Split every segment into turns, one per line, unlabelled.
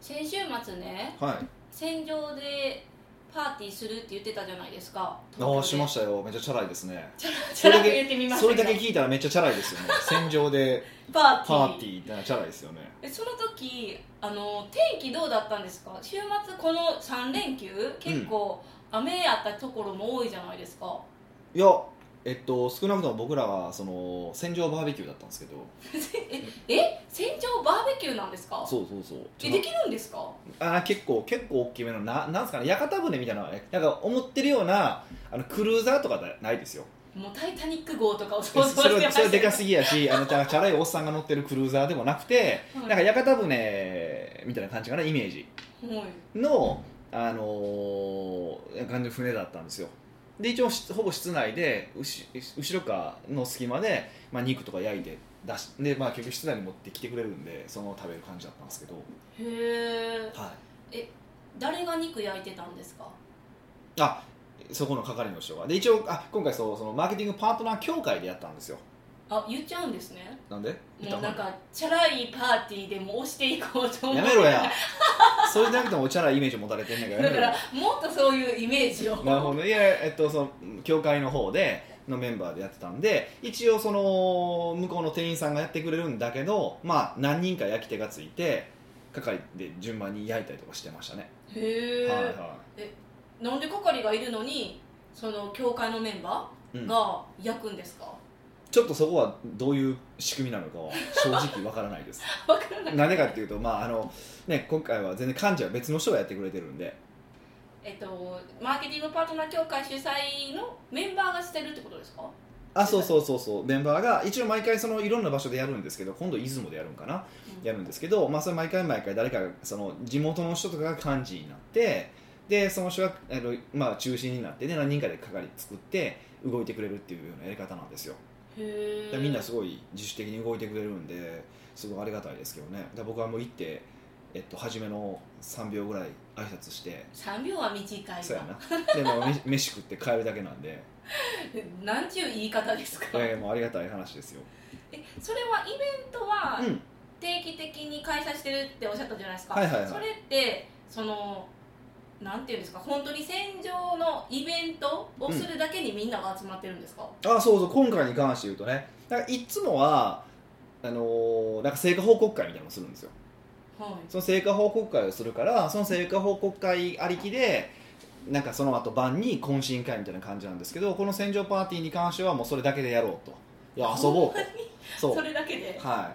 先週末ね
はい
戦場でパーティーするって言ってたじゃないですか
ああしま
し
したよめっちゃチャラいですね
たら言ってみました
それ
け
だ
ど
け聞いたらめっちゃチャラいです よね戦場で
パーティ
パ
ー
ーティーってのはチャラいですよね
えその時あの天気どうだったんですか週末この3連休結構雨あったところも多いじゃないですか、
いやえっと少なくとも僕らはその戦場バーベキューだったんですけど
え船長バーベキューなんですか
そうそうそう
えできるんですか
あー結構結構大きめのななんすかね屋形船みたいななんか思ってるようなあのクルーザーとかじゃないですよ
もう「タイタニック号」とかを
そ
想
れ
像してました
はそれはでかすぎやしあのチャチャラいおっさんが乗ってるクルーザーでもなくて
はい
なんか屋形船みたいな感じかなイメージ
はい
の、あのー感じの船だったんですよで一応しほぼ室内でうし後ろかの隙間で、まあ、肉とか焼いて出しで、まあ、結局室内に持ってきてくれるんでそのまま食べる感じだったんですけど、
へえ
はい、
誰が肉焼いてたんですか
あそこの係の人がで一応あ今回そうそのマーケティングパートナー協会でやったんですよ
あ言っちゃうんですね
なんで言っ
も
た
う
方が
なんかチャラいパーティーでも押していこうと思って
やめろやそれじゃなくてもおちゃらいイメージ持たれてんねんからや
だ
め
か
ろよ
らもっとそういうイメージを
なるほどいやえっとその教会の方でのメンバーでやってたんで一応その向こうの店員さんがやってくれるんだけどまあ何人か焼き手がついて係で順番に焼いたりとかしてましたね、
へえ、
はいは
なんで係がいるのにその教会のメンバ
い、う
ー
ん、
が焼くんですか、
ちょっとそこはどういう仕組みなのかは正直わからないです
わからない
なんでかっていうとまああのね今回は全然幹事は別の人がやってくれてるんで
えっとマーケティングパートナー協会主催のメンバーがしてるってことですか
あそうそうそうそうメンバーが一応毎回そのいろんな場所でやるんですけど今度出雲でやるんかなやるんですけど、まあ、それ毎回毎回誰かがその地元の人とかが幹事になってでその人があの、まあ、中心になってで何人かで係作って動いてくれるっていうようなやり方なんですよ
へ
で
え
みんなすごい自主的に動いてくれるんですごいありがたいですけどねで僕はもう行って、えっと、初めの3秒ぐらい挨拶して
3秒は短いわ
そ うやなでもう飯 飯食って帰るだけなんで、
なんちゅう言い方ですか、
えーもうありがたい話ですよ、
えそれはイベントは
うん、
定期的に開催してるっておっしゃったじゃないですか、
はいはいはい
それってそのなんていうんですか本当に戦場のイベントをするだけにみんなが集まってるんですか、
あそうそう今回に関して言うとねなんかいつもはあのーなんか成果報告会みたいなのをするんですよ
はい
その成果報告会をするからその成果報告会ありきでなんかその後晩に懇親会みたいな感じなんですけどこの戦場パーティーに関してはもうそれだけでやろうといや遊ぼうとそう
それだけで
は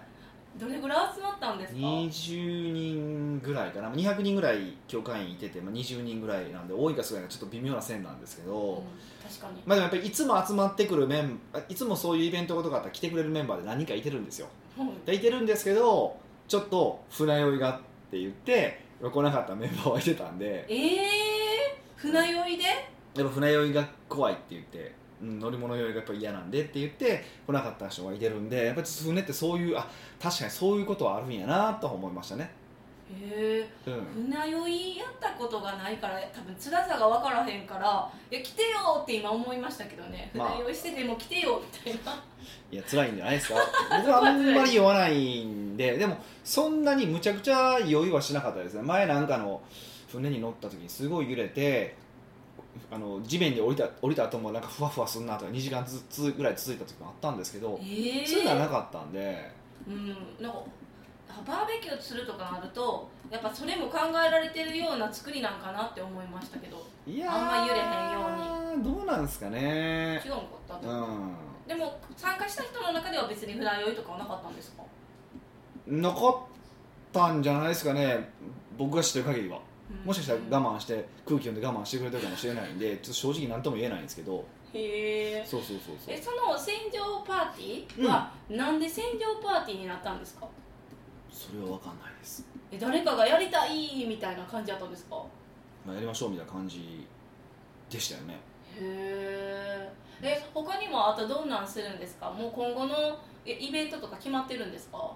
どれぐらい集まったんで
い
すか
20人ぐらいかな200人ぐらい教会員いてて、まあ、20人ぐらいなんで多いか少ないかちょっと微妙な線なんですけ
うん
ど、
確かに
まあでもやっぱりいつも集まってくるメンバーいつもそういうイベントとかあったら来てくれるメンバーで何人かいてるんですよ
はい
でいてるんですけどちょっと船酔いがって言って来なかったメンバーはいてたんで
ええ船酔いで
やっぱ船酔いが怖いって言って、うん、乗り物酔いがやっぱ嫌なんでって言って来なかった人がいてるんでやっぱり船ってそういうあ確かにそういうことはあるんやなとは思いましたね、
ええ
うん、
船酔いやったことがないから多分辛さが分からへんから「いや来てよ!」って今思いましたけどね
まあ
船酔いしてても来てよみたいな
いや辛いんじゃないですか僕はあんまり酔わないんででもそんなにむちゃくちゃ酔いはしなかったですね前なんかの船に乗った時にすごい揺れてあの地面に降りた降りた後もなんかふわふわするなとか2時間ずつぐらい続いた時もあったんですけど、
ええ
そういうのはなかったんで
うんなんかバーベキューするとかなるとやっぱそれも考えられてるような作りなんかなって思いましたけど
いやー
あんま揺れへ
んようにどうなんですかね
違うんかった
う
と、
ん
でも参加した人の中では別に船酔いとかはなかったんですか
残ったんじゃないですかね僕が知ってる限りはもしかしたら
慢
我慢して空気読んで我慢してくれたかもしれないんでちょっと正直何とも言えないんですけど
へえ
そうそうそうそう
えその戦場パーティーは、なんで戦場パーティーになったんですか
それは分かんないです、
え誰かがやりたいみたいな感じだったんですか
まあ、やりましょうみたいな感じでしたよね
へーえ他にもあとどんなんするんですかもう今後のえイベントとか決まってるんですか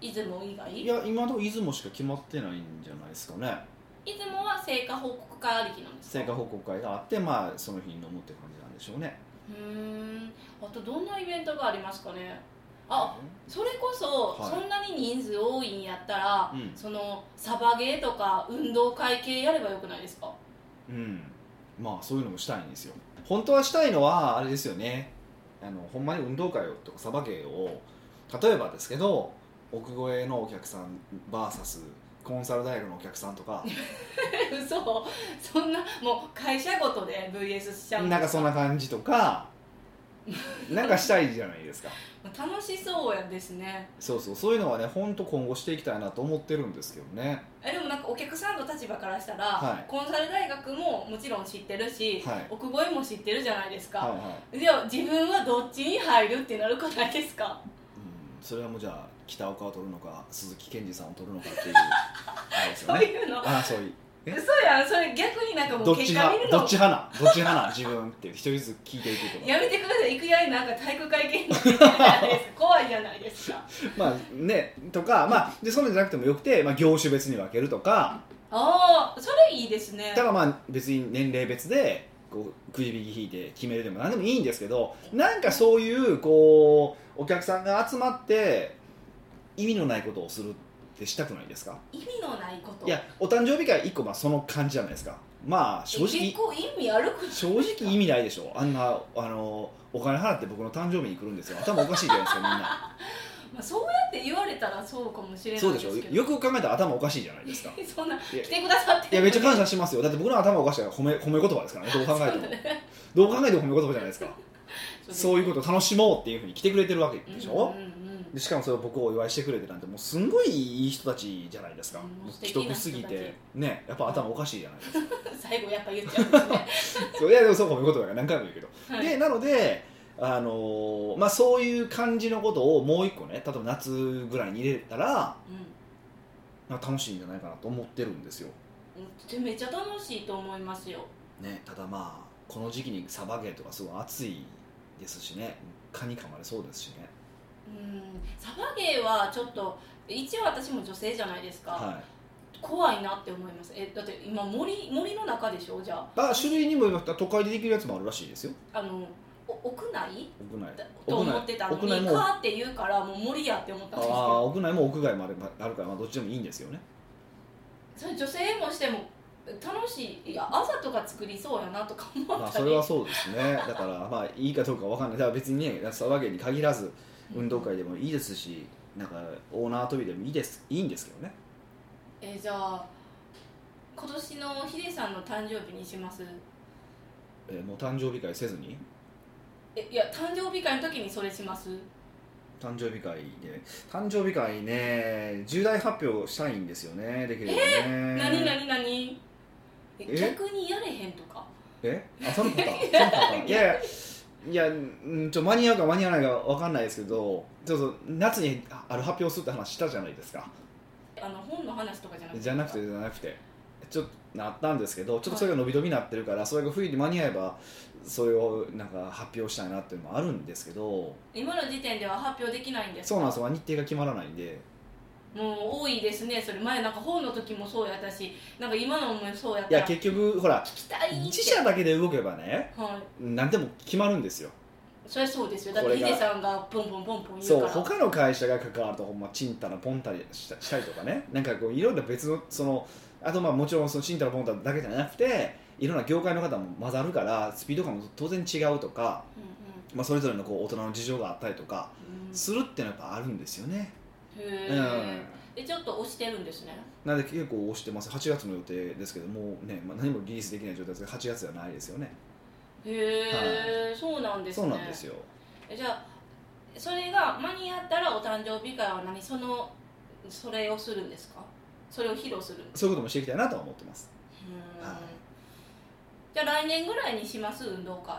出雲以外
いや今のところ出雲しか決まってないんじゃないですかね
出雲は成果報告会ありきなんですか
成果報告会があってまあその日に飲むって感じなんでしょうね
うーんあとどんなイベントがありますかねあそれこそ、
はい
そんなに人数多いんやったら、
うん
そのサバゲーとか運動会系やればよくないですか
うんまあそういうのもしたいんですよ本当はしたいのはあれですよねあのほんまに運動会とかサバゲーを例えばですけど奥越えのお客さん VS コンサル大学のお客さんとか
嘘そんなもう会社ごとで VS しちゃうん
なんかそんな感じとかなんかしたいじゃないですか
楽しそうやですね
そうそうそういうのはね本当今後していきたいなと思ってるんですけどね
えでもなんかお客さんの立場からしたら、
はい
コンサル大学ももちろん知ってるし、
はい
奥越えも知ってるじゃないですか、
はいはい、
では自分はどっちに入るってなるくないですか
うん、それはもうじゃあ北岡を取るのか鈴木健二さんを取るのか っていうあれです
そ
よ
う
ね
いうの
あそういうえ
嘘やんそれ逆になんかも
ど
う
っち
結果見
派
る
どっ
の
ち派などっち派な自分って一人ずつ聞いていくとか
やめてください行くやりなんか体育会系の人みたいなや つ怖いじゃないですか
まあねとかまあでそんなんじゃなくてもよくて、まあ、業種別に分けるとか
ああそれいいですね
だからまあ別に年齢別でこうくじ引き引いて決めるでも何でもいいんですけどなんかそういうこうお客さんが集まって意味のないことをするってしたくないですか
意味のないこと
いやお誕生日会一個まあその感じじゃないですかまあ
え
正直
結構意味あるく
正直意味ないでしょあんなあのお金払って僕の誕生日に来るんですよ頭おかしいじゃないですかみんな。
まあ、そうやって言われたらそうかもしれない
そう
で
ですし
けど
ょよく考えたら頭おかしいじゃない ですか
そんない
や
来てくださって
いやめっちゃ感
謝
謝しますよだって僕の頭おかしいから褒め褒め言葉ですからねど う考えても、どう考えても褒め言葉じゃないですかそういう
こ
こと楽しもうっていうふうに来てくれてるわけでしょ、
うんうんうん
でしかもそれを僕をお祝いしてくれてなんてもうすんごいいい人たちじゃないですか、
うん素
既
敵な人た
得
ち
すぎてねやっぱ頭おかしいじゃないです か
最後やっぱ言っちゃうんですね
そういやでもそう褒め言葉が何回も言うけど、
はい
でなのであのーまあ、そういう感じのことをもう一個ね例えば夏ぐらいに入れたら
う
なんか楽しいんじゃないかなと思ってるんですよ
んめっちゃ楽しいと思いますよ
ね、ただまあこの時期にサバゲーとかすごい暑いですしね蚊に噛まれそうですしね
うんサバゲーはちょっと一応私も女性じゃないですか、
はい
怖いなって思いますえだって今森森の中でしょじゃあ
まあ種類にもよっては都会でできるやつもあるらしいですよ
あのお屋内
屋内
だと思ってたの
屋内
に
も
カーって言うからもう森やって思ったん
あ
ですけ
あ
ど
屋内も屋外もあるあるから、まあ、どっちでもいいんですよね
それ女性もしても楽しいいやあざとか作りそうやなとか思ったり、
まあそれはそうですねだからまあいいかどうかわかんないだから別にねサバゲーに限らず運動会でもいいですしなんかオーナー飛びでもいいですいいんですけどね
えーじゃあ今年のヒデさんの誕生日にします
えーもう誕生日会せずに
えいや誕生日会の時にそれします
誕生日会ね誕生日会ね重大発表したいんですよねできればねえ
何何何え
え
逆にやれへんとか
えあそのパターンそのパタ ーンいやいやいやうんちょ間に合うか間に合わないか分かんないですけどちょっと夏にあある発表するって話したじゃないですか
あの本の話とかじゃなくて
じゃなくてじゃなくてちょっとなったんですけどちょっとそれが伸び伸びになってるからそれが冬に間に合えばそれをなんか発表したいなっていうのもあるんですけど
今の時点では発表できないんです
そうなんですよ日程が決まらないんで
もう多いですねそれ前なんか本の時もそうやったしなんか今のもそうやっ
い
た
や
ら聞
結局ほら
きたいって
自社だけで動けばね
はい
何でも決まるんですよ
そりゃそうですよだっ
こ
て
れ
ヒ
が
デさんがポンポンポンポン言
そうう
から
他の会社が関わるとほんまちんたらぽんたりしたしたりとかねなんかこういろんな別のそのあとまあもちろんそのちんたらぽんたらだけじゃなくていろんな業界の方も混ざるからスピード感も当然違うとか、
う
まあ、それぞれのこう大人の事情があったりとか
んうんうん
するっていうのはやっぱあるんですよね、
へ
うん
え、でちょっと押してるんですね
なんで結構押してます8月の予定ですけどもうね、まあ、何もリリースできない状態ですが8月ではないですよね
へえ、そうなんです
そ
ね
うなんですよ
えじゃあそれが間に合ったらお誕生日会は何そのそれをするんですかそれを披露するんです
そういうこともしていきたいなとは思ってます
うーん
はい
じゃあ来年ぐらいにします運動会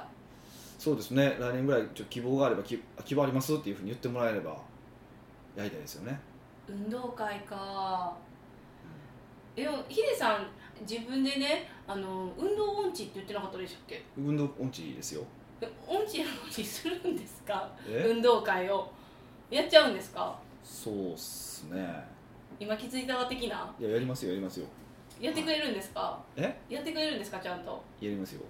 そうですね来年ぐらいちょっと希望があればき希望ありますっていうふうに言ってもらえればやりたいですよね
運動会かでもヒデさん自分でねあの運動音痴って言ってなかったでしたっけ
運動音痴ですよ
え音痴なのにするんですか
え
運動会をやっちゃうんですか
そうっすね
今気づいたわ的ない
ややりますよやりますよ
やってくれるんですか
え
やってくれるんですかちゃんと
やりますよ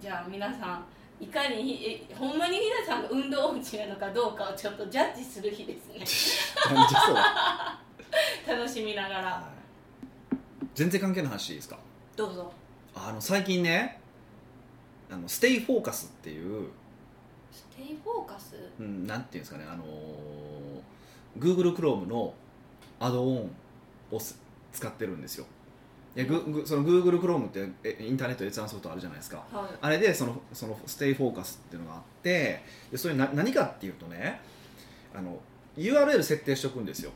じゃあ皆さんいかにひえほんまにひなさんが運動音痴なのかどうかをちょっとジャッジする日です ね
何じゃそれ
楽しみながら
はい全然関係ない話いいですか
どうぞ
あの最近ねあのステイフォーカスっていう、
ステイフォーカス
うん、なんていうんですかねあのー Google Chrome のアドオンをす使ってるんですよいやググその Google Chrome ってえインターネット閲覧ソフトあるじゃないですか
はい
あれでそのそのステイフォーカスっていうのがあってでそれな何かっていうとねあの URL 設定しておくんですよ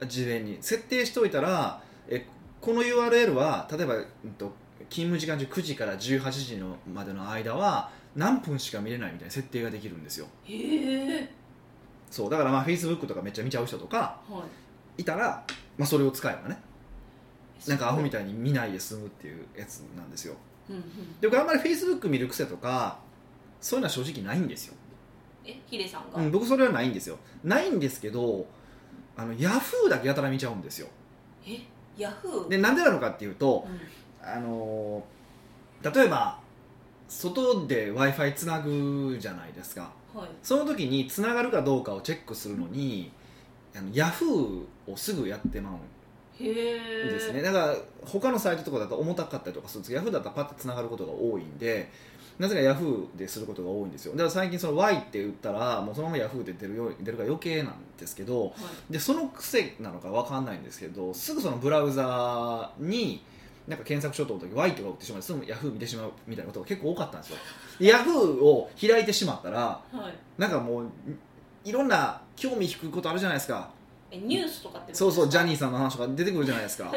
はい
事前に設定しておいたらえこの URL は例えば、うんと、勤務時間中9時から18時のまでの間は何分しか見れないみたいな設定ができるんですよ
へえ
そうだからまあ Facebook とかめっちゃ見ちゃう人とか
はい
いたら、まあ、それを使えばねなんかアホみ
た
たいに見ないで済むっていうやつなんですよ
い、うんうん、
で僕あんまり Facebook 見る癖とかそういうのは正直ないんですよ、
えヒデさんが、
うん、僕それはないんですよないんですけどあの Yahoo だけやたら見ちゃうんですよ
えヤフー
でなんでなのかっていうと、
うん
あのー例えば外で w i f i つなぐじゃないですか
はい
その時につながるかどうかをチェックするのにあの Yahoo をすぐやってまう
へ
ん
え
ですね、だから他のサイトとかだと重たかったりとかするんですけど Yahoo だったらパッとつながることが多いんでなぜか Yahoo ですることが多いんですよだから最近その Y って打ったらもうそのまま Yahoo で出るよ出るから余計なんですけど、
はい
でその癖なのかわかんないんですけどすぐそのブラウザーになんか検索しようと思った時 Y とか打ってしまうすぐ Yahoo 見てしまうみたいなことが結構多かったんですよ Yahoo を開いてしまったら
はい
なんかもういろんな興味引くことあるじゃないですか
えニュースとかってことです
そう
か
そうジャニーさんの話とか出てくるじゃないですか
はい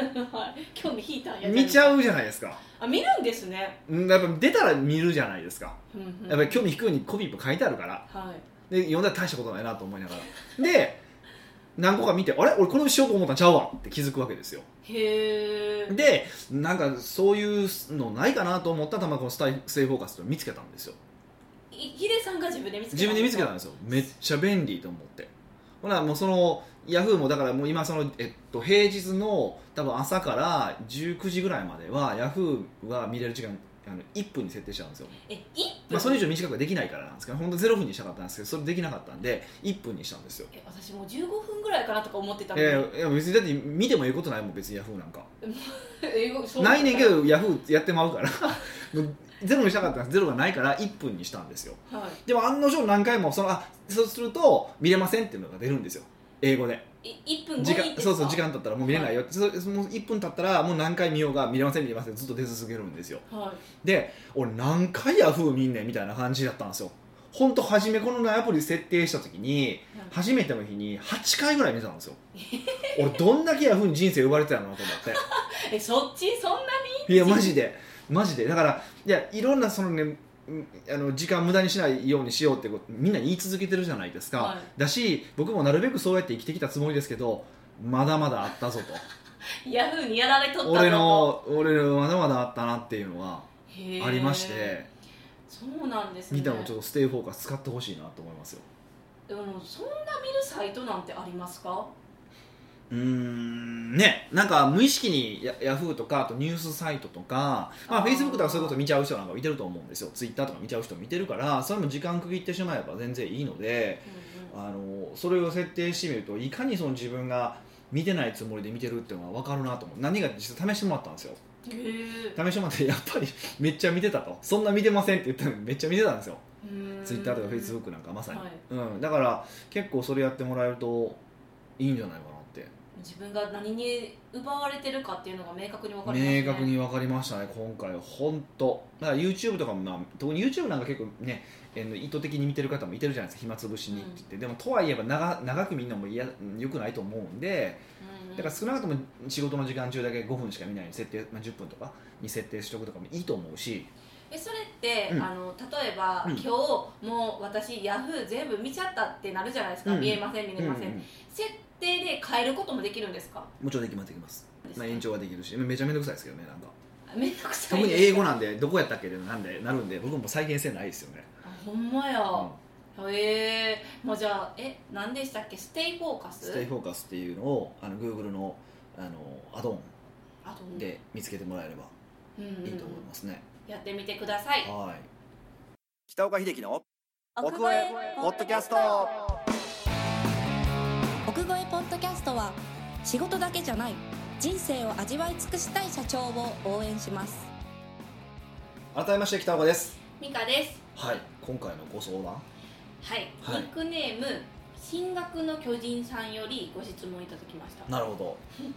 興味引いたんや
見ちゃ
う
うじゃないですか
あ見るんですね
うんやっぱ出たら見るじゃないですか
うんうん
やっぱり興味引くようにコピー書いてあるから
はい
で読んだら大したことないなと思いながらで何個か見てあれ俺これしようと思ったんちゃうわって気づくわけですよ
へえ
でなんかそういうのないかなと思ったたまこのスタイセイフォーカスと見つけたんですよ
いヒデさんが自分で見つけた
自分で見つけたん
で
ですよめっちゃ便利と思ってほらもうそのヤフーもだからもう今その、えっと、平日の多分朝から19時ぐらいまではヤフーは見れる時間あの1分に設定しちゃうんですよ、
え一分、
まあ、それ以上短くはできないからなんですけど本当ゼ0分にしたかったんですけどそれできなかったんで1分にしたんですよ
え私もう15分ぐらいかなとか思ってたのに、
えーいや別にだって見てもいいことないもん別にヤフーなんか
英語そう
ないねんけどヤフーやってまうから もうゼロにしたかったんですゼロがないから1分にしたんですよ
は
でも案の定何回もそのあそうすると見れませんっていうのが出るんですよ英語で
いい一分後に
時間
ですか
そうそう時間経ったらもう見れないよって、そもう1分経ったらもう何回見ようが見れません見れませんずっと出続けるんですよ
はい
で俺何回ヤフー見んねんみたいな感じだったんですよほんと初めこのアプリ設定した時に初めての日に8回ぐらい見てたん ですよ俺どんだけヤフーに人生奪われてたのと思って
えそっちそんない
やマジでマジでだからいやいろんなそのねうんあの時間無駄にしないようにしようってことみんな言い続けてるじゃないですか、
はい
だし僕もなるべくそうやって生きてきたつもりですけどまだまだあったぞ
ヤフーにやら れとった
と
ぞと
俺の俺のまだまだあったなっていうのは
へー
ありまして、
そうなんですね
みんなもちょっとステイフォーカス使ってほしいなと思いますよ
でもそんな見るサイトなんてありますか
うーんねなんか無意識にヤヤフーとかあとニュースサイトとか、まあ、
あ
フ
ー
ェイスブックとかそういうこと見ちゃう人なんか見てると思うんですよツイッターとか見ちゃう人見てるからそれも時間区切ってしまえば全然いいので
うんうん
あのそれを設定してみるといかにその自分が見てないつもりで見てるっていうのが分かるなと思う何が実際試してもらったんですよ
へ
試してもらってやっぱり めっちゃ見てたとそんな見てませんって言ったのにめっちゃ見てたんですよ
え
ツイッターとかフェイスブ
ッ
ックなんかまさに、
はい
うん、だから結構それやってもらえるといいんじゃないかなって
自分が何に奪われてるかっていうのが明確に分かりますね
明確に分かりましたね今回は本当だから YouTube とかも、まあ、特に YouTube なんか結構ねえー意図的に見てる方もいてるじゃないですか暇つぶしにって言って、でもとはいえば長長く見るのもいやよくないと思うんで
うんうん
だから少なくとも仕事の時間中だけ5分しか見ないように設定、まあ、10分とかに設定しておくとかもいいと思うし、
えそれって、
うん
あの例えば、
うん
今日もう私ヤフー全部見ちゃったってなるじゃないですか、
うん
見えません見
う
え
んう
ません、
ん、
設定で変えることもできるんですか
もちろんできますできます、まあ、延
め
長はできるしめちゃめんどくさいですけどねなんか
んどくさい
特に
です
英語なんでどこやったっけでなんでなるんで僕も再現性ないですよね、
あほんまや、
うん
へえもうじゃあえ何でしたっけステイフォーカス
ステイフォーカスっていうのをあの Google のあのアドオン
あと
で見つけてもらえれば
うんうんうん
いいと思いますね。
やってみてください
はい
北岡秀樹の奥越えポッドキャスト
奥越えポッドキャストは仕事だけじゃない人生を味わい尽くしたい社長を応援します
改めまして北岡です
ミカです
はい今回のご相談
はい、
はい
ニックネーム進学の巨人さんよりご質問いただきました
なるほど
うん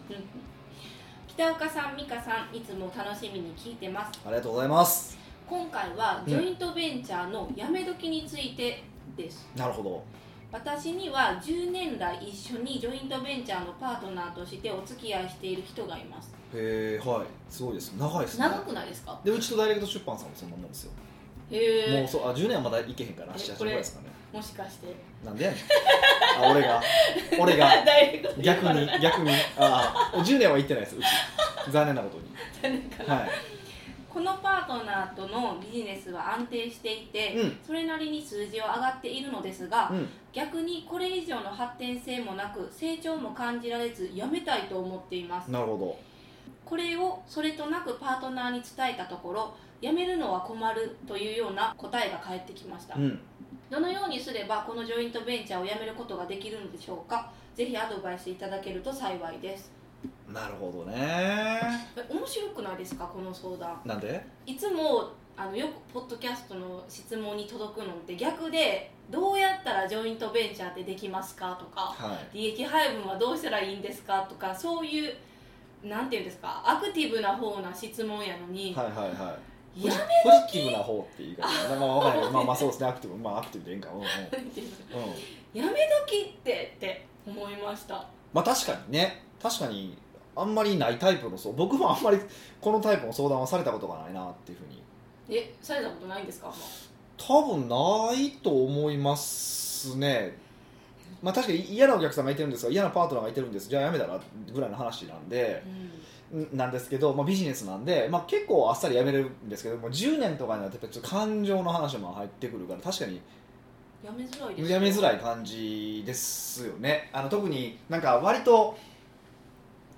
北岡さん美香さんいつも楽しみに聞いてます
ありがとうございます
今回は
うん
ジョイントベンチャーのやめ時についてです、
なるほど
私には10年来一緒にジョイントベンチャーのパートナーとしてお付き合いしている人がいます
へえはいすごいです長いですね
長くないですか
でうちとダイレクト出版さんもそんなもんですよ、
へえ
もうそうあ10年はまだいけへんから
え
78
こ
ぐ
れ
らいですかね
もしかして
なんでやねんあ俺が 俺が
ダイレクトで
逆
言わ
に
ない
逆にああ10年は行ってないですうち残念なことには
このパートナーとのビジネスは安定していて、
うん
それなりに数字は上がっているのですが、
い、うん、
逆にこれ以上の発展性もなく成長も感じられずやめたいと思っています
なるほ
これをそれとなくパートナーに伝えたところ辞めるのは困るというような答えが返ってきました、
ど、うん、
どのようにすればこのジョイントベンチャーを辞めることができるのでしょうかぜひアドバイスいただけると幸いです
なるほどね
え面白くないですかこの相談
なんで
いつもあのよくポッドキャストの質問に届くのって逆でどうやったらジョイントベンチャーってできますかとか
はい
利益配分はどうしたらいいんですかとかそういうなんていうんですかアクティブな方な質問やのに、
はいはいはい
や め
ポジティブな方っていうか、まあまあわか んないけど、まあまあそうですね、アクティブ、まあアクティブでいいんか、うんうん、うん、
やめ時ってって思いました
まあ確かにね、確かにあんまりないタイプのそう、僕もあんまりこのタイプの相談はされたことがないなっていうふうに、
えされたことないんですかあんま
多分ないと思いますね。まあ確かに嫌なお客さんがいてるんですが嫌なパートナーがいてるんですじゃあやめたらぐらいの話なんでんなんですけど、まあ、ビジネスなんで、まあ、結構あっさりやめれるんですけどもう10年とかになってちょっと感情の話も入ってくるから確かに
やめづらいです
やめづら
い
い感じですよねあの特になんか割と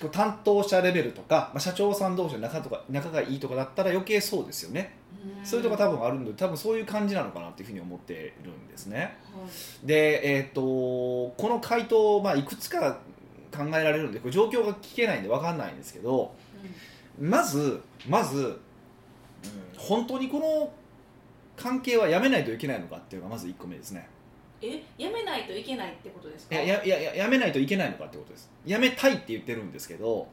こう担当者レベルとか、まあ、社長さん同士の仲とか仲がいいとかだったら余計そうですよね、そういうとこ多分あるんで多分そういう感じなのかなっていうふうに思ってるんですねでえっ、とこの回答、まあ、いくつか考えられるんでこれ状況が聞けないんで分かんないんですけどまずまず、うん本当にこの関係はやめないといけないのかっていうのがまず1個目ですね
えやめないといけないってことです
い
か
やややややめないといけないのかってことですやめたいって言ってるんですけど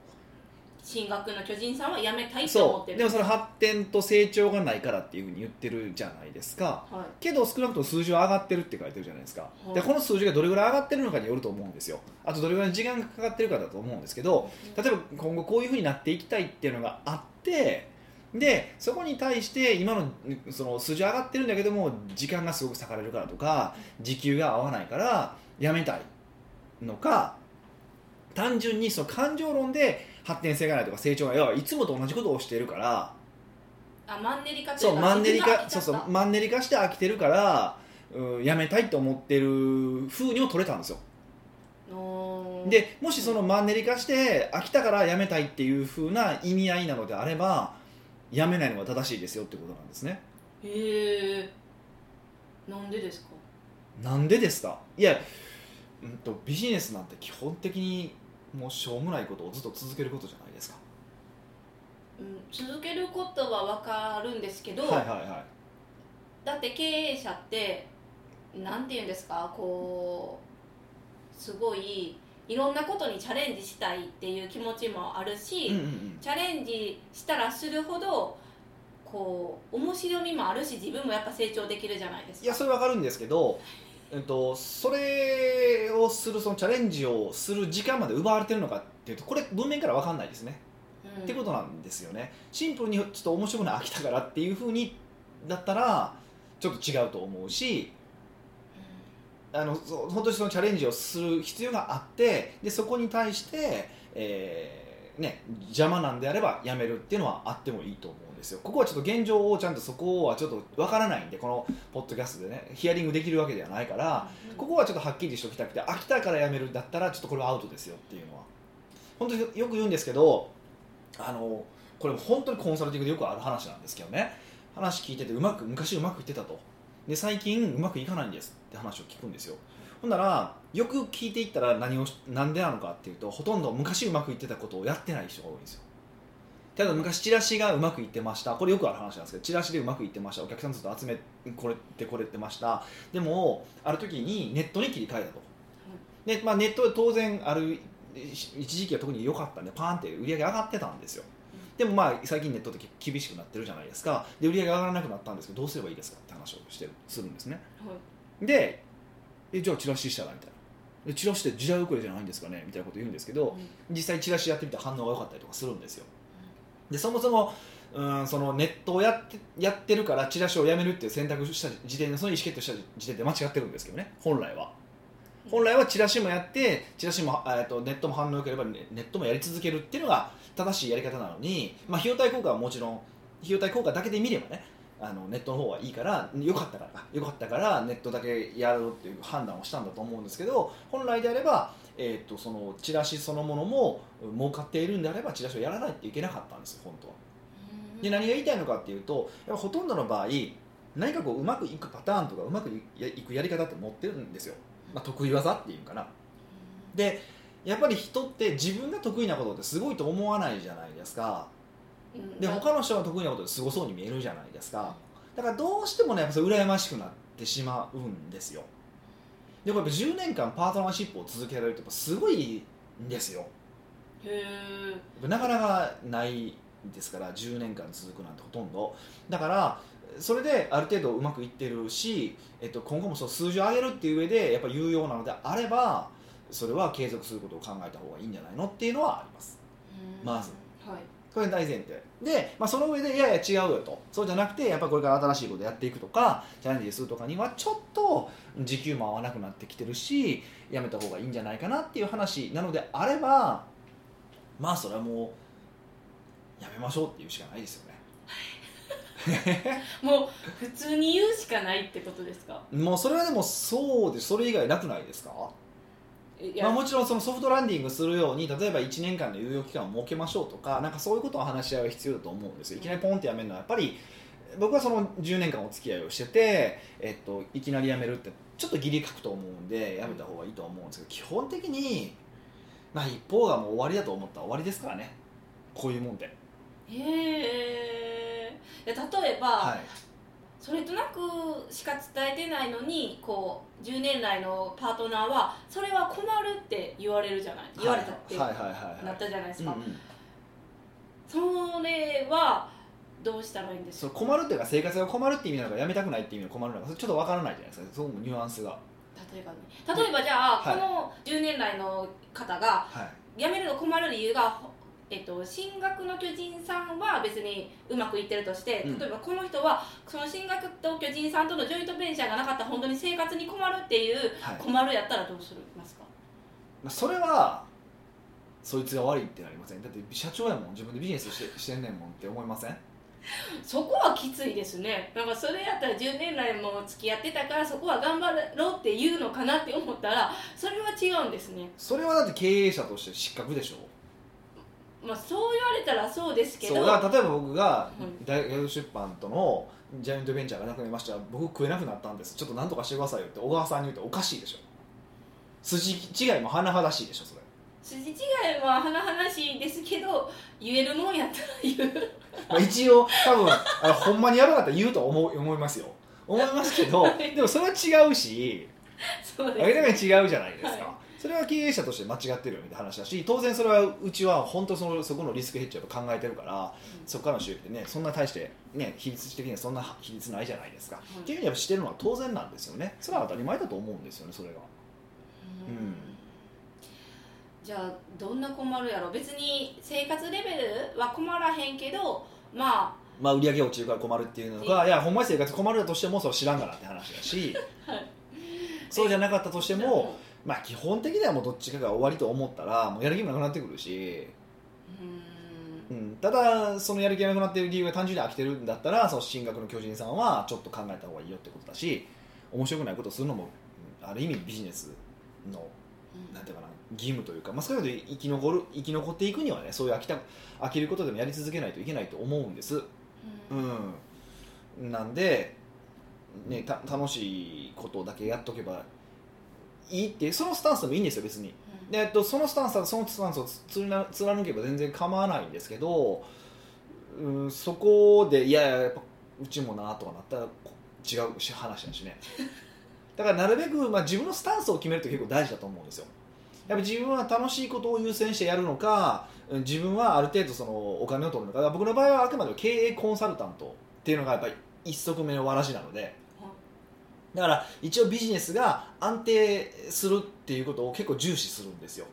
進学の巨人さんはやめたいと思っ
そ
て
う
る
でもそれ発展と成長がないからっていうふうに言ってるじゃないですか
はい
けど少なくとも数字は上がってるって書いてるじゃないですか、
はい
でこの数字がどれぐらい上がってるのかによると思うんですよあとどれぐらいの時間がかかってるかだと思うんですけど例えば今後こういうふうになっていきたいっていうのがあってでそこに対して今のその数字上がってるんだけども時間がすごく割かれるからとか時給が合わないからやめたいのか単純にその感情論で発展性がないとか成長がいやいつもと同じことをしているから
あマンネリ化とい
そう
か
うマンネリ
自分が飽
化
きち
そ
ゃ
う
った
そうマンネリ化して飽きてるから、うん、やめたいと思ってる風にも取れたんですよ
おー
でもしそのマンネリ化して飽きたからやめたいっていう風な意味合いなのであればやめないのが正しいですよってことなんですね
へえなんでですか
なんでですかいや、うん、とビジネスなんて基本的にもうしょうもないことをずっと続けることじゃないですか
うん続けることはわかるんですけど、
はいはいは
だって経営者ってなんて言うんですかこうすごいいろんなことにチャレンジしたいっていう気持ちもあるし、
い、うんうんうん、
チャレンジしたらするほどこう面白みもあるし自分もやっぱ成長できるじゃないですか
いやそれわかるんですけど、えっと、それをするそのチャレンジをする時間まで奪われてるのかっていうとこれ文面からわかんないですね、
うん
ってことなんですよねシンプルにちょっと面白くない飽きたからっていうふうにだったらちょっと違うと思うしあのそう本当にそのチャレンジをする必要があってでそこに対して、えーね、邪魔なんであればやめるっていうのはあってもいいと思うんですよ。ここはちょっと現状をちゃんとそこはちょっとわからないんでこのポッドキャストでねヒアリングできるわけではないから
うん
ここはちょっとはっきりしておきたくて飽きたからやめるだったらちょっとこれはアウトですよっていうのは本当によく言うんですけどあのこれ本当にコンサルティングでよくある話なんですけどね話聞いててうまく昔うまくいってたとで最近うまくいかないんですって話を聞くんですよほんならよく聞いていったら何をしなんでなのかっていうとほとんど昔うまくいってたことをやってない人が多いんですよただ昔チラシがうまくいってましたこれよくある話なんですけどチラシでうまくいってましたお客さんずっと集めこれってこれってましたでもある時にネットに切り替えたと、でまあ、ネットで当然ある一一時期は特に良かったんでパーンって売り上げ上がってたんですよでもまあ最近ネットって厳しくなってるじゃないですかで売り上げ上がらなくなったんですけどどうすればいいですかって話をしてるするんですねでえじゃあチラシしたらみたいなでチラシって時代遅れじゃないんですかねみたいなこと言うんですけど実際チラシやってみたら反応が良かったりとかするんですよでそもそもうんそのネットをやってやってるからチラシをやめるっていう選択した時点でその意思決定した時点で間違ってるんですけどね本来は本来はチラシもやってチラシもあえっとネットも反応よければネネットもやり続けるっていうのが正しいやり方なのに、まあ、費用対効果はもちろん費用対効果だけで見ればねあのネットの方はいいから良かったから良かったからネットだけやろうっていう判断をしたんだと思うんですけど本来であれば、えー、とそのチラシそのものも儲かっているんであればチラシをやらないといけなかったんですよ本当は。で何が言いたいのかっていうとやっぱほとんどの場合何かこううまくいくパターンとかうまくいやいくやり方って持ってるんですよ、まあ、得意技っていうのかな。でやっぱり人って自分が得意なことってすごいと思わないじゃないですかで他の人が得意なことですごそうに見えるじゃないですかだからどうしてもねやっぱそれ羨ましくなってしまうんですよでもやっぱ10年間パートナーシップを続けられるってやっぱすごいんですよ
へえ
なかなかないですから10年間続くなんてほとんどだからそれである程度うまくいってるし、えっと、今後もその数字を上げるっていう上でやっぱ有用なのであればそれは継続することを考えた方がいいんじゃないのっていうのはありますまず
はい
これが大前提で、まあ、その上でいやいや違うよとそうじゃなくてやっぱりこれから新しいことやっていくとかチャレンジするとかにはちょっと時給も合わなくなってきてるしやめた方がいいんじゃないかなっていう話なのであればまあそれはもうやめましょうっていうしかないですよね
もう普通に言うしかないってことですか
もうそれはでもそうでそれ以外なくないですか
い
まあ、もちろんそのソフトランディングするように例えば1年間の猶予期間を設けましょうとかなんかそういうことを話し合いは必要だと思うんですよいきなりポンってやめるのはやっぱり僕はその10年間お付き合いをしてて、えっと、いきなりやめるってちょっと義理書くと思うんでやめた方がいいと思うんですけど基本的に、まあ、一方がもう終わりだと思ったら終わりですからねこういうもんで、
へえ例えば、
はい、
それとなくしか伝えてないのにこう10年来のパートナーはそれは困るって言われるじゃない言われたって
はい
な
はいはいはい
ったじゃないですか、
うんうん
それはどうしたらいいんです
そ
か
う困るというか生活が困るって意味なのかやめたくないって意味の困るのかそれちょっとわからないじゃないですかそのニュアンスが、
例えばね例えばじゃあ、
はい
この10年来の方が
はい、
辞めるの困る理由が、えっと、進学の巨人さんは別にうまくいってるとして、
うん
例えばこの人はその進学と巨人さんとのジョイントベンチャーがなかったら本当に生活に困るっていう
はい
困るやったらどうするますか
まあそれはそいつが悪いってなりませんだって社長やもん自分でビジネスしてしてんねんもんって思いません
そこはきついですねなんかそれやったら10年来も付き合ってたからそこは頑張ろうって言うのかなって思ったらそれは違うんですね
それはだって経営者として失格でしょ
まあそう言われたらそうですけど
そうだから例えば僕が
うん
大学出版とのジャイアントベンチャーがなくなりました僕食えなくなったんですちょっと何とかしてくださいよって小川さんに言うとおかしいでしょ筋違いも甚だしいでしょそれ
筋違いは甚だしいですけど言えるもんやったら言 う
まあ、一応多分あのほんまにやばかったら言うと思う思いますよ思いますけどでもそれは違うし
そう
明
で
らかに違うじゃないですか、
は
それは経営者として間違ってるよみたいな話だし当然それはうちは本当そのそこのリスクヘッジを考えてるから、
うん
そこからの収益ってねそんな大して、ね、比率的にはそんな比率ないじゃないですか、
い
っていうふうにやっぱしてるのは当然なんですよねそれは当たり前だと思うんですよねそれが
う
うんん
じゃあどんな困るやろ別に生活レベルは困らへんけどま
まあ売り上げ落ちるから困るっていうのがいやほんまに生活困るだとしてもそれ知らんがなって話 だし、そうじゃなかったとして
あ
も、まあ基本的にはもうどっちかが終わりと思ったらもうやる気もなくなってくるし、
うん
うん、ただそのやる気がなくなっている理由が単純に飽きてるんだったらその進学の巨人さんはちょっと考えた方がいいよってことだし面白くないことするのもうんある意味ビジネスの
うん
なんていうかな義務というか、まあ、少なくとも生き残る生き残っていくにはねそういう飽きた飽きることでもやり続けないといけないと思うんです。
うん
うん、なんでね、た楽しいことだけやっとけばいいっていうそのスタンスでもいいんですよ別に
うん
で、えっと、そのスタンスはそのスタンスをつ貫貫けば全然構わないんですけど、うん、そこでいやいややっぱうちもなとかなったらこ違うし話だしねだからなるべく、まあ、自分のスタンスを決めるって結構大事だと思うんですよやっぱ自分は楽しいことを優先してやるのかうん自分はある程度そのお金を取るのかだから僕の場合はあくまでも経営コンサルタントっていうのがやっぱり一足目のわらしなのでだから一応ビジネスが安定するっていうことを結構重視するんですよ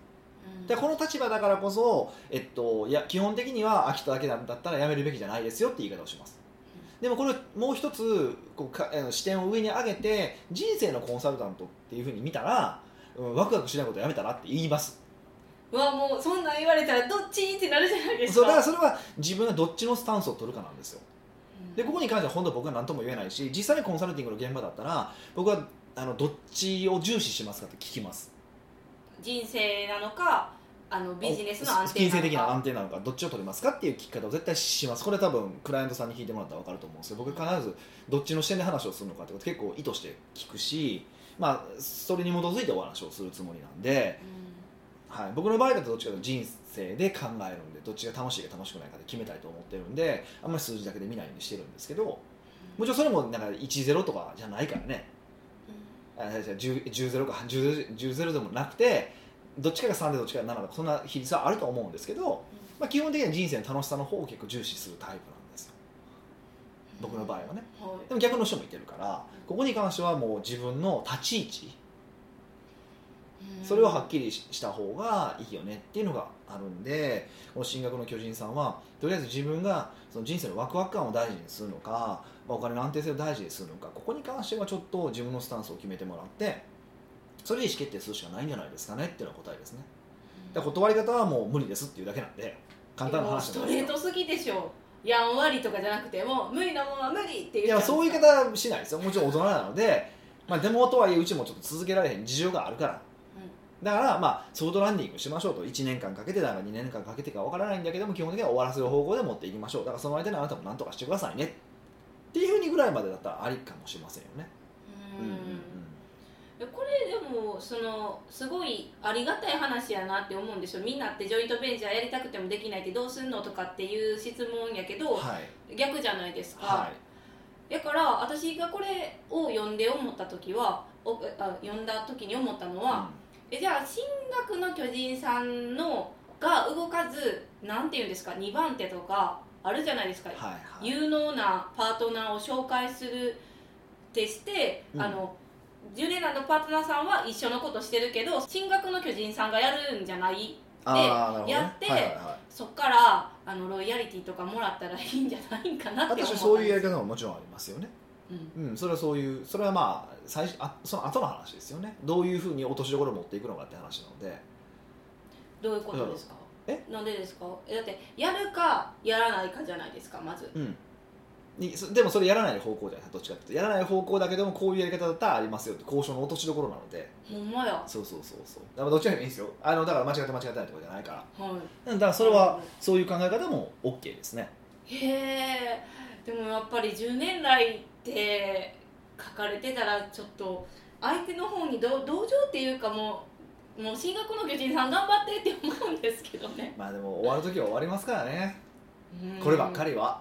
うん
でこの立場だからこそ、えっと、いや基本的には飽きただけなんだったらやめるべきじゃないですよって言い方をしますでもこれをもう一つこうかあの視点を上に上げて人生のコンサルタントっていうふうに見たら、うん、ワクワクしないことやめたらって言います
うわもうそんなん言われたらどっちってなるじゃないです
そう
か
だからそれは自分がどっちのスタンスを取るかなんですよ
うん
でここに関しては本当僕は何とも言えないし実際にコンサルティングの現場だったら僕はあのどっちを重視しますかって聞きます
人生なのかあのビジネスの安定
金
なの
銭的な
か
安定なのかどっちを取りますかっていう聞き方を絶対しますこれ多分クライアントさんに聞いてもらったら分かると思うんですけど僕必ずどっちの視点で話をするのかってこと結構意図して聞くしまあそれに基づいてお話をするつもりなんで、はい、僕の場合だとどっちかというと人生で考えるんでどっちが楽しいか楽しくないかで決めたいと思ってるんであんまり数字だけで見ないようにしてるんですけどもちろんそれもなんか10とかじゃないからねあじゃあ10 10-0か10-0 10-0でもなくてどっちかが3でどっちかが7だそんな比率はあると思うんですけど、まあ、基本的には人生の楽しさの方を結構重視するタイプなんですよ僕の場合はね
うんはい
でも逆の人もいてるからここに関してはもう自分の立ち位置
うん
それをはっきりしした方がいいよねっていうのがあるんでこの「進学の巨人」さんはとりあえず自分がその人生のワクワク感を大事にするのか、まあ、お金の安定性を大事にするのかここに関してはちょっと自分のスタンスを決めてもらってそれで意思決定するしかないんじゃないですかねっていうのが答えですねだから断り方はもう無理ですっていうだけなんで簡単な話
で
な
も
ん
ストレ
ですよ
ートすぎでしょやんわりとかじゃなくてもう無理なものは無理っていう
いやそういう言い方はしないですよもちろん大人なので、まあ、でもとはいえうちもちょっと続けられへん事情があるから、だから、まあ、ソフトランディングしましょうと1年間かけてだか2年間かけてかわからないんだけども基本的には終わらせる方向で持っていきましょうだからその間にあなたも何とかしてくださいねっていうふうにぐらいまでだったらありかもしれませんよね、
うん
うん
これでもそのすごいありがたい話やなって思うんですよみんなってジョイントベンチャーやりたくてもできないってどうすんのとかっていう質問やけ
うん
ど、
はい
逆じゃないですか、
はい
だから私がこれを読んで思った時はおあ読んだ時に思ったのは、えじゃあ進学の巨人さんのが動かずなんて言うんですか2番手とかあるじゃないですか、
うんはいはい
有能なパートナーを紹介するってして、
うん
あのジュレナのパートナーさんは一緒のことしてるけど進学の巨人さんがやるんじゃない
あーなるほどね
やって
はいはいはい
そっからあのロイヤリティとかもらったらいいんじゃないかなって思った
私はそういうや
ん
り
です
方ももちろんありますよね
うん
うん、それはそういうそれはまあ最初あその後の話ですよねどういうふうに落としどころを持っていくのかって話なので
どういうことですか
え
なんでですかえだってやるかやらないかじゃないですかまず
うんにそでもそれやらない方向じゃないどっちかっていうとやらない方向だけどもこういうやり方だったらありますよって交渉の落としどころなので
ほんまやは
そうそうそうそうだからどっちでもいいんですよあのだから間違って間違ってないとかじゃないから
い
うんだからそれはそういう考え方も OK ですね
へえでもやっぱり10年来って書かれてたらちょっと相手の方にど同情っていうかもうもう進学の巨人さん頑張ってって思うんですけどね、
まあでも終わる時は終わりますからねこればっか
り、
りは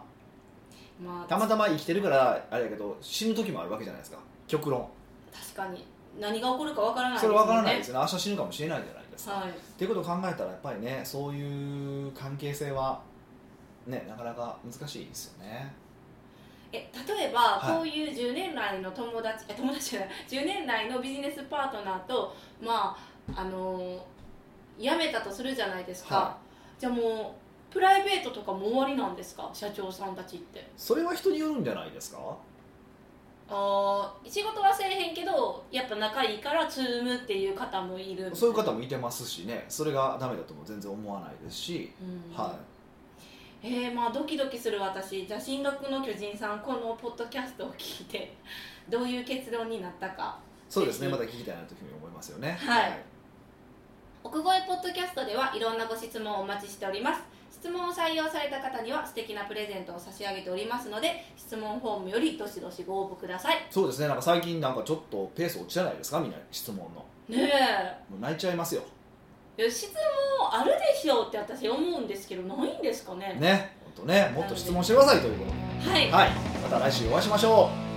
まあ、
たまたま生きてるからあれだけど死ぬ時もあるわけじゃないですか極論
確かに何が起こるかわからない
それわからないです
す
よね明日死ぬかもしれないじゃないですか
よねはい
っていうことを考えたらやっぱりねそういう関係性はねなかなか難しいですよね
え例えば、
はい
こういう10年来の友達え友達じゃない10年来のビジネスパートナーとまああのー辞めたとするじゃないですか、
は
じゃあもうプライベートとかも終わりなんですか社長さんたちって
それは人によるんじゃないですか
あー仕事はせえへんけどやっぱ仲いいからつるむっていう方もいる
そういう方もいてますしねそれがダメだとも全然思わないですし、
うん
は
えー、まあドキドキする私じゃあ進学の巨人さんこのポッドキャストを聞いてどういう結論になったか
いそうですね
ぜ
ま
ひ
た聞きたいなというふうに思いますよね
はい奥越ポッドキャストではいろんなご質問をお待ちしております質問を採用された方には素敵なプレゼントを差し上げておりますので質問フォームよりどしどしご応募ください
そうですねなんか最近なんかちょっとペース落ちてないですかみんな質問のも
ね
う泣いちゃいますよ
えいや質問あるでしょうって私思うんですけどないんですかね
ね本当ねもっと質問してくださいということで
はい
はいまた来週お会いしましょう